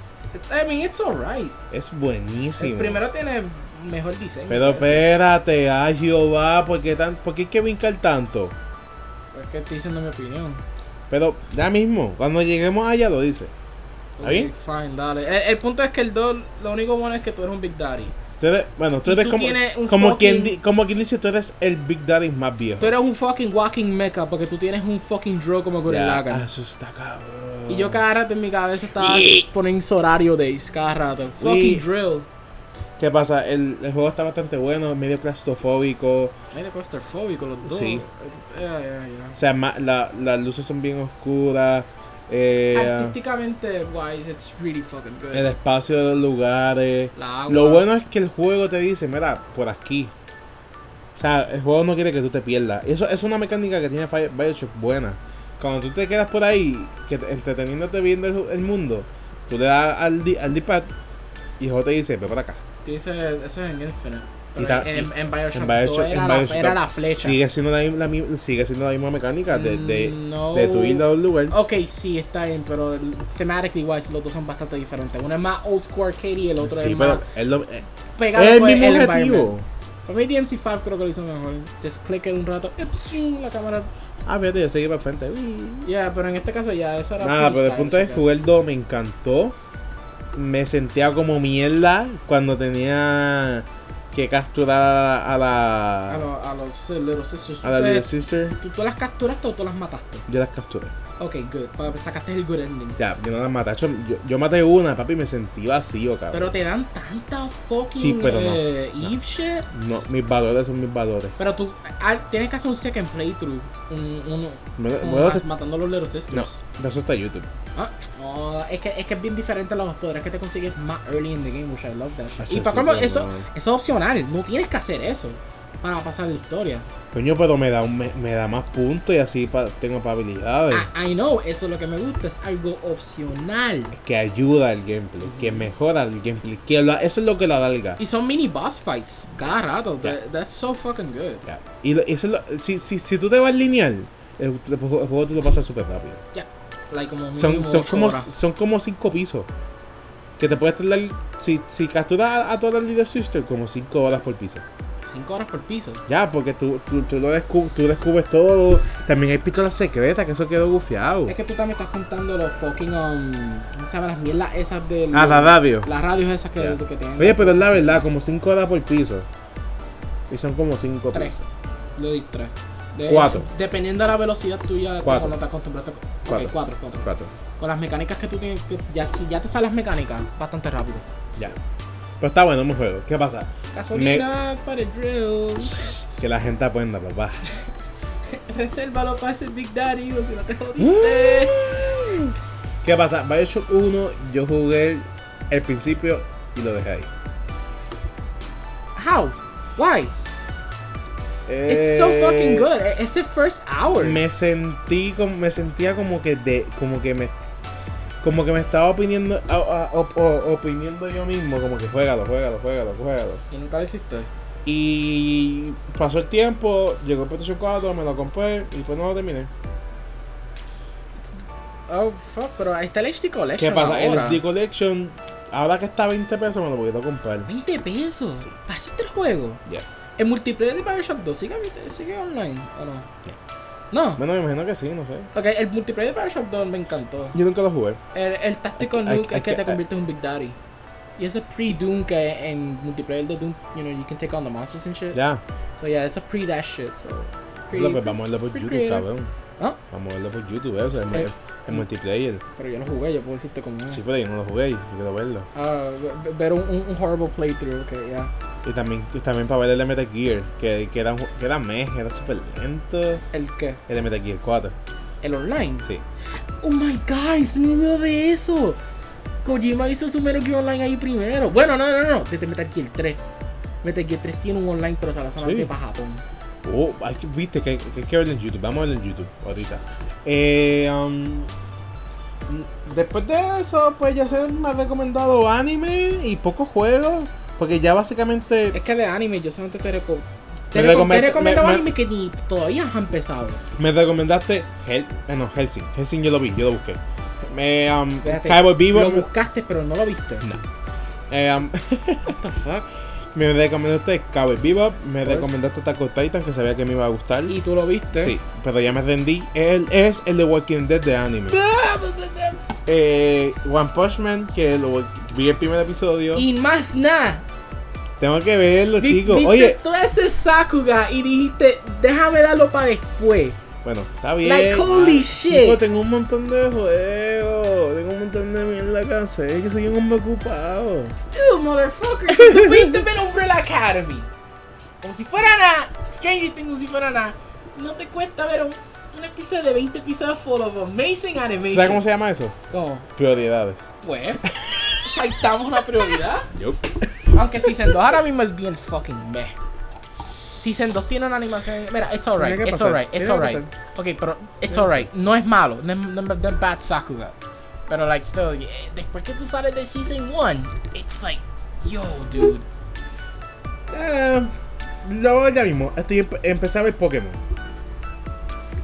Speaker 2: I mean, it's alright.
Speaker 1: Es
Speaker 2: el
Speaker 1: buenísimo.
Speaker 2: primero tiene mejor diseño.
Speaker 1: Pero
Speaker 2: parece.
Speaker 1: espérate, ay Jehová, ¿por qué, tan, ¿por qué hay que brincar tanto?
Speaker 2: Es que estoy diciendo mi opinión.
Speaker 1: Pero ya mismo, cuando lleguemos allá lo dice. ¿Está
Speaker 2: Ok,
Speaker 1: bien?
Speaker 2: Fine, dale. El, el punto es que el 2, lo único bueno es que tú eres un Big Daddy.
Speaker 1: Tú eres- bueno, tú
Speaker 2: Y
Speaker 1: eres
Speaker 2: tú
Speaker 1: como,
Speaker 2: tienes un
Speaker 1: como,
Speaker 2: fucking-
Speaker 1: quien, di- como quien dice, tú eres el Big Daddy más viejo.
Speaker 2: Tú eres un fucking walking mecha porque tú tienes un fucking draw como
Speaker 1: Ya,
Speaker 2: Gurren Lagann.
Speaker 1: ah, eso está cabrón.
Speaker 2: Y yo cada rato en mi cabeza estaba poniendo horario days cada rato.
Speaker 1: Y-
Speaker 2: Fucking drill.
Speaker 1: ¿Qué pasa? El, el juego está bastante bueno, medio claustrofóbico.
Speaker 2: Ay, de claustrofóbico los dos.
Speaker 1: Sí.
Speaker 2: Eh, eh, eh,
Speaker 1: O sea, ma- la- las luces son bien oscuras. eh,
Speaker 2: eh. Artísticamente wise, it's really fucking good.
Speaker 1: el espacio de los lugares.
Speaker 2: La agua.
Speaker 1: Lo bueno es que el juego te dice, mira, por aquí. O sea, el juego no quiere que tú te pierdas. Eso es una mecánica que tiene Fire- Bioshock buena. Cuando tú te quedas por ahí, que te- entreteniéndote viendo el, el mundo, tú le das al, di- al D-pad y el juego te dice, ve por acá.
Speaker 2: Tú dices, eso es en Infinite. Pero
Speaker 1: Y ta-
Speaker 2: en, en Bioshock,
Speaker 1: en
Speaker 2: en
Speaker 1: Bioshock-
Speaker 2: era,
Speaker 1: en
Speaker 2: la,
Speaker 1: Bioshock
Speaker 2: era la flecha.
Speaker 1: Sigue siendo la, mi- la mi- sigue siendo la misma mecánica de, de,
Speaker 2: Mm, No. Oh,
Speaker 1: de tu ir a un lugar.
Speaker 2: Ok, sí, está bien, pero thematically wise los dos son bastante diferentes. Uno es más old school arcade y el otro
Speaker 1: sí,
Speaker 2: es
Speaker 1: pero
Speaker 2: más
Speaker 1: es, lo- es
Speaker 2: pegado
Speaker 1: el
Speaker 2: con
Speaker 1: mismo objetivo.
Speaker 2: environment. Para mí DMC5 creo que lo hizo mejor. Desclique un rato, ¡epsiu! la cámara.
Speaker 1: Ah, fíjate, yo seguí para el frente. Uy.
Speaker 2: Ya, pero en este caso ya, esa era
Speaker 1: Nada, pero el
Speaker 2: freestyle,
Speaker 1: punto es
Speaker 2: I
Speaker 1: que
Speaker 2: guess.
Speaker 1: jugué el 2, me encantó. Me sentía como mierda cuando tenía que capturar a
Speaker 2: A,
Speaker 1: la.
Speaker 2: los- a los eh, Little Sisters.
Speaker 1: a la Little
Speaker 2: ¿Tú,
Speaker 1: Sister.
Speaker 2: tú, tú las capturaste o tú las mataste?
Speaker 1: Yo las capturé.
Speaker 2: Ok, good. Pa- Sacaste el good ending.
Speaker 1: Ya, yo no las maté. Yo, yo maté una, papi, y me sentí vacío,
Speaker 2: Pero
Speaker 1: cabrón.
Speaker 2: te dan tanta fucking
Speaker 1: Sí, pero no.
Speaker 2: eh,
Speaker 1: No.
Speaker 2: Eve shit.
Speaker 1: No, mis valores son mis valores.
Speaker 2: Pero tú ah, tienes que hacer un second playthrough. Un, un,
Speaker 1: Bueno,
Speaker 2: un-
Speaker 1: bueno,
Speaker 2: mas-
Speaker 1: te-
Speaker 2: matando a los Little
Speaker 1: no,
Speaker 2: Sisters.
Speaker 1: de eso está YouTube.
Speaker 2: Ah, oh, es, que, es que es bien diferente a los poderes que te consigues más early in the game, which I love that shit.
Speaker 1: Ah,
Speaker 2: Y
Speaker 1: sí,
Speaker 2: para
Speaker 1: sí,
Speaker 2: cómo
Speaker 1: pero
Speaker 2: eso,
Speaker 1: no.
Speaker 2: eso es opcional, no tienes que hacer eso para pasar la historia.
Speaker 1: Coño, pero me da, un- me, me da más puntos y así pa- tengo más habilidades.
Speaker 2: I, I know, eso es lo que me gusta, es algo opcional.
Speaker 1: Que ayuda al gameplay, que mejora el gameplay. Que lo- eso es lo que lo alarga.
Speaker 2: Y son mini boss fights cada rato.
Speaker 1: Ya.
Speaker 2: That- that's so fucking good.
Speaker 1: Ya. Y lo- eso es lo- si, si, si tú te vas lineal, el, el juego el juego tú lo pasas súper rápido.
Speaker 2: Like como
Speaker 1: Son,
Speaker 2: mínimo
Speaker 1: son,
Speaker 2: ocho
Speaker 1: como,
Speaker 2: horas.
Speaker 1: son como cinco pisos. Que te puedes tardar, si, si capturas a, a todas las Little Sisters, como cinco horas por piso.
Speaker 2: Cinco horas por piso.
Speaker 1: Ya, porque tú, tú, tú lo descu- tú descubres todo. También hay pistolas secretas, que eso quedó gufiado.
Speaker 2: Es que tú también estás contando los fucking. Um, ¿Cómo se llaman las mierdas esas de.
Speaker 1: A Ah, la radio.
Speaker 2: Las radios esas que,
Speaker 1: Ya.
Speaker 2: que tienen.
Speaker 1: Oye, pero es la verdad, como cinco horas por piso. Y son como cinco
Speaker 2: Tres.
Speaker 1: pisos.
Speaker 2: Le doy tres. De-
Speaker 1: Cuatro.
Speaker 2: Dependiendo de la velocidad tuya,
Speaker 1: Cuatro.
Speaker 2: cuando te acostumbraste. Ok,
Speaker 1: Cuatro.
Speaker 2: cuatro, cuatro.
Speaker 1: Cuatro.
Speaker 2: Con las mecánicas que tú tienes. que ya, si ya te salen las mecánicas, bastante rápido.
Speaker 1: Ya. Pero está bueno, un juego. ¿Qué pasa?
Speaker 2: Gasolina para el drill.
Speaker 1: Que la gente aprenda, papá.
Speaker 2: Resérvalo para ese Big Daddy o si no te jodiste.
Speaker 1: ¿Qué pasa? Bioshock 1 yo jugué el principio y lo dejé ahí.
Speaker 2: How? Why? It's so fucking good. E- Ese first hour.
Speaker 1: Eh, Me sentí como, me sentía como que de, como que me como que me estaba opiniendo a- a- op- o- opiniendo yo mismo, como que juégalo, juégalo, juégalo, juégalo.
Speaker 2: Y nunca lo hiciste.
Speaker 1: Y pasó el tiempo, llegó el PlayStation 4, me lo compré y pues no lo terminé.
Speaker 2: Oh, fuck, pero ahí está el HD Collection.
Speaker 1: ¿Qué pasa? El
Speaker 2: ahora.
Speaker 1: SD Collection, ahora que está a 20 pesos me lo voy a comprar.
Speaker 2: 20 pesos.
Speaker 1: Sí.
Speaker 2: Para eso te lo juego.
Speaker 1: Ya.
Speaker 2: El multiplayer de Bioshock 2 sigue, habit- sigue online, ¿o no? No.
Speaker 1: Bueno, me imagino que sí, no sé.
Speaker 2: Ok, el multiplayer de Bioshock 2 me encantó.
Speaker 1: Yo nunca lo jugué.
Speaker 2: El, el Tactical
Speaker 1: Ay,
Speaker 2: Nuke
Speaker 1: ay,
Speaker 2: es que
Speaker 1: ay,
Speaker 2: te
Speaker 1: ay.
Speaker 2: conviertes en un Big Daddy. Y ese pre-Doom que en multiplayer de Doom, you know, you can take on the monsters and shit.
Speaker 1: Ya.
Speaker 2: So yeah, eso es pre-that shit, so...
Speaker 1: Lo, pues, vamos a verlo por
Speaker 2: pretty
Speaker 1: YouTube,
Speaker 2: creative.
Speaker 1: cabrón.
Speaker 2: ¿Ah?
Speaker 1: Vamos a verlo por YouTube, eso es
Speaker 2: Eh,
Speaker 1: el multiplayer.
Speaker 2: Pero yo lo jugué, yo puedo decirte cómo es.
Speaker 1: Sí, pero yo no lo jugué, yo quiero verlo.
Speaker 2: Ah, ve- ver un, un- un horrible playthrough, que ya.
Speaker 1: Y también, también para ver el de Metal Gear, que, que era, un ju- que era meh, era súper lento.
Speaker 2: ¿El qué?
Speaker 1: El de Metal Gear 4,
Speaker 2: El online.
Speaker 1: sí.
Speaker 2: Oh my god, se me olvidó de eso. Kojima hizo su Metal Gear Online ahí primero. Bueno, no, no, no, desde Metal Gear 3. Metal Gear 3 tiene un online, pero se la zona
Speaker 1: Sí.
Speaker 2: de para Japón.
Speaker 1: Oh, hay que, viste que hay, que hay que verlo en YouTube. Vamos a verlo en YouTube ahorita. Eh, um, después de eso, pues ya se me ha recomendado anime y pocos juegos. Porque ya básicamente.
Speaker 2: Es que de anime, yo solamente te, reco te,
Speaker 1: Me
Speaker 2: reco-
Speaker 1: recomend-
Speaker 2: te recomiendo
Speaker 1: me- me-
Speaker 2: anime que ni todavía has empezado.
Speaker 1: Me recomendaste Hel eh, no, Helsing. Helsing yo lo vi, yo lo busqué. Me, um,
Speaker 2: Espérate,
Speaker 1: Cowboy Bebop.
Speaker 2: Lo buscaste, pero no lo viste.
Speaker 1: No. eh, um, <laughs> me recomendaste Cowboy Bebop. Me
Speaker 2: Pues.
Speaker 1: recomendaste Taco Titan, que sabía que me iba a gustar.
Speaker 2: Y tú lo viste.
Speaker 1: Sí, pero ya me rendí. Él es el de Walking Dead de anime. Eh, One Punch Man, que lo, vi el primer episodio.
Speaker 2: Y más nada.
Speaker 1: Tengo que verlo,
Speaker 2: Vi-
Speaker 1: chicos.
Speaker 2: viste
Speaker 1: Oye,
Speaker 2: todo ese Sakuga y dijiste, déjame darlo para después.
Speaker 1: bueno, está bien.
Speaker 2: Like, holy
Speaker 1: Ah,
Speaker 2: shit.
Speaker 1: chico, tengo un montón de juegos. Tengo un montón de mierda que hacer. Yo soy un hombre ocupado.
Speaker 2: Dude, motherfucker, si
Speaker 1: <laughs>
Speaker 2: tú fuiste ver Umbrella Academy, como si fuera nada, Stranger Things como si fuera nada, no te cuesta ver un, un episodio de 20 episodios full of amazing animation.
Speaker 1: ¿Sabes cómo se llama eso?
Speaker 2: ¿Cómo?
Speaker 1: Prioridades.
Speaker 2: Pues, saltamos una prioridad.
Speaker 1: Yup.
Speaker 2: Aunque Season 2 ahora mismo es bien fucking meh. Season 2 tiene una animación. Mira, it's alright,
Speaker 1: Tiene que
Speaker 2: it's
Speaker 1: pasar,
Speaker 2: alright,
Speaker 1: tiene
Speaker 2: it's
Speaker 1: que
Speaker 2: alright. Ok, pero it's alright. No es malo, no es, no es- no es bad Sakuga. Pero, like, still, eh, después que tú sales de Season 1, it's like, yo, dude.
Speaker 1: Eh, luego ya mismo. Estoy empe- empecé a ver Pokémon.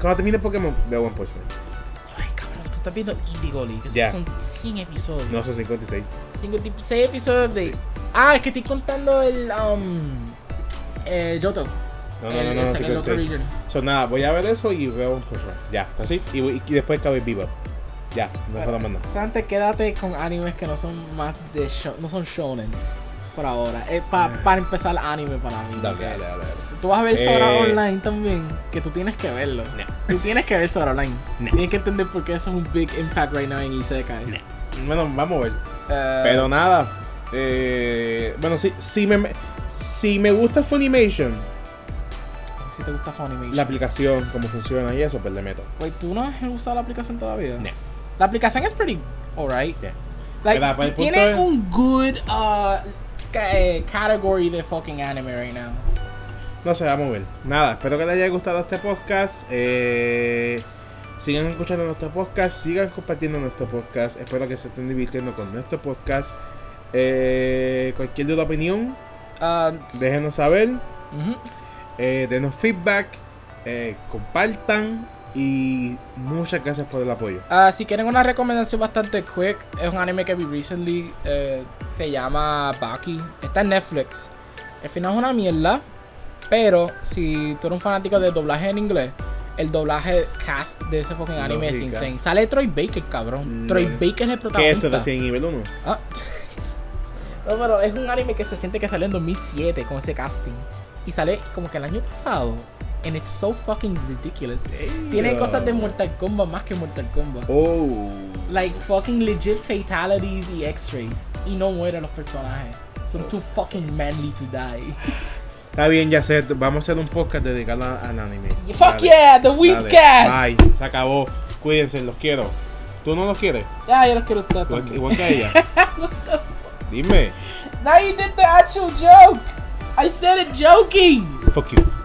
Speaker 1: Cuando termine Pokémon, veo One Punch Man.
Speaker 2: Ay, cabrón, tú estás viendo Indigo League. Esos
Speaker 1: Ya.
Speaker 2: Son 100 episodios.
Speaker 1: No, son 56.
Speaker 2: 56 episodios de. Ah, es que estoy contando el. Um, eh, Johto.
Speaker 1: No, no,
Speaker 2: el,
Speaker 1: no,
Speaker 2: el
Speaker 1: no, no,
Speaker 2: Second Lost
Speaker 1: 56.
Speaker 2: Origin.
Speaker 1: So, nada, voy a ver eso y veo un Punch Man. Ya, así. Y, voy- y después Cowboy Bebop. Ya, no jodas más nada.
Speaker 2: Antes quédate con animes que no son más de sho- no son shonen por ahora. Eh, pa- para empezar anime para mí.
Speaker 1: Ah. Dale, dale, dale. dale.
Speaker 2: Tú vas a ver Sora
Speaker 1: Eh.
Speaker 2: Online también, que tú tienes que verlo.
Speaker 1: No.
Speaker 2: Tú tienes que ver Sora Online.
Speaker 1: No.
Speaker 2: Tienes que entender por qué eso es un big impact right now en Isekai.
Speaker 1: No. Bueno, vamos a ver.
Speaker 2: Eh,
Speaker 1: Pero nada. eh, bueno, si, si, me, si me gusta Funimation,
Speaker 2: si te gusta Funimation.
Speaker 1: la aplicación, cómo funciona y eso, pues le meto.
Speaker 2: Wait, ¿tú no has usado la aplicación todavía?
Speaker 1: No.
Speaker 2: La aplicación es pretty alright.
Speaker 1: Yeah.
Speaker 2: Like,
Speaker 1: Pero, pues, el punto
Speaker 2: tiene
Speaker 1: es-
Speaker 2: un good uh, ca- eh, category de fucking anime right now.
Speaker 1: No se va a mover. Nada, espero que les haya gustado este podcast. eh, sigan escuchando nuestro podcast, sigan compartiendo nuestro podcast. Espero que se estén divirtiendo con nuestro podcast. Eh, cualquier duda o opinión,
Speaker 2: Um,
Speaker 1: déjenos saber.
Speaker 2: ujú.
Speaker 1: eh, denos feedback, eh, compartan y muchas gracias por el apoyo.
Speaker 2: Ah, si quieren una recomendación bastante quick, es un anime que vi recently, eh, se llama Baki, está en Netflix. El final es una mierda, pero si tú eres un fanático de doblaje en inglés, el doblaje cast de ese fucking anime es
Speaker 1: Lógica.
Speaker 2: insane. Sale Troy Baker, cabrón.
Speaker 1: Mm.
Speaker 2: Troy Baker es el
Speaker 1: ¿Qué es esto
Speaker 2: protagonista.
Speaker 1: de 100 nivel 1?
Speaker 2: Ah. <laughs> No, pero es un anime que se siente que salió en 2007 con ese casting. Y sale como que el año pasado. And it's so fucking ridiculous. Tiene cosas de Mortal Kombat más que Mortal Kombat.
Speaker 1: Oh.
Speaker 2: Like fucking legit fatalities y x-rays. Y no mueren los personajes. Son too fucking manly to
Speaker 1: <laughs>
Speaker 2: die.
Speaker 1: Está bien, ya sé. Vamos a hacer un podcast dedicado a- al anime.
Speaker 2: Fuck
Speaker 1: Dale,
Speaker 2: yeah, The
Speaker 1: dale.
Speaker 2: Weepcast.
Speaker 1: Bye. Se acabó. Cuídense, los quiero. ¿Tú no los quieres?
Speaker 2: Ah, yo los quiero ustedes
Speaker 1: Igual que,
Speaker 2: también.
Speaker 1: igual que a ella. Dime.
Speaker 2: Now you did the actual joke. I said it joking.
Speaker 1: Fuck you.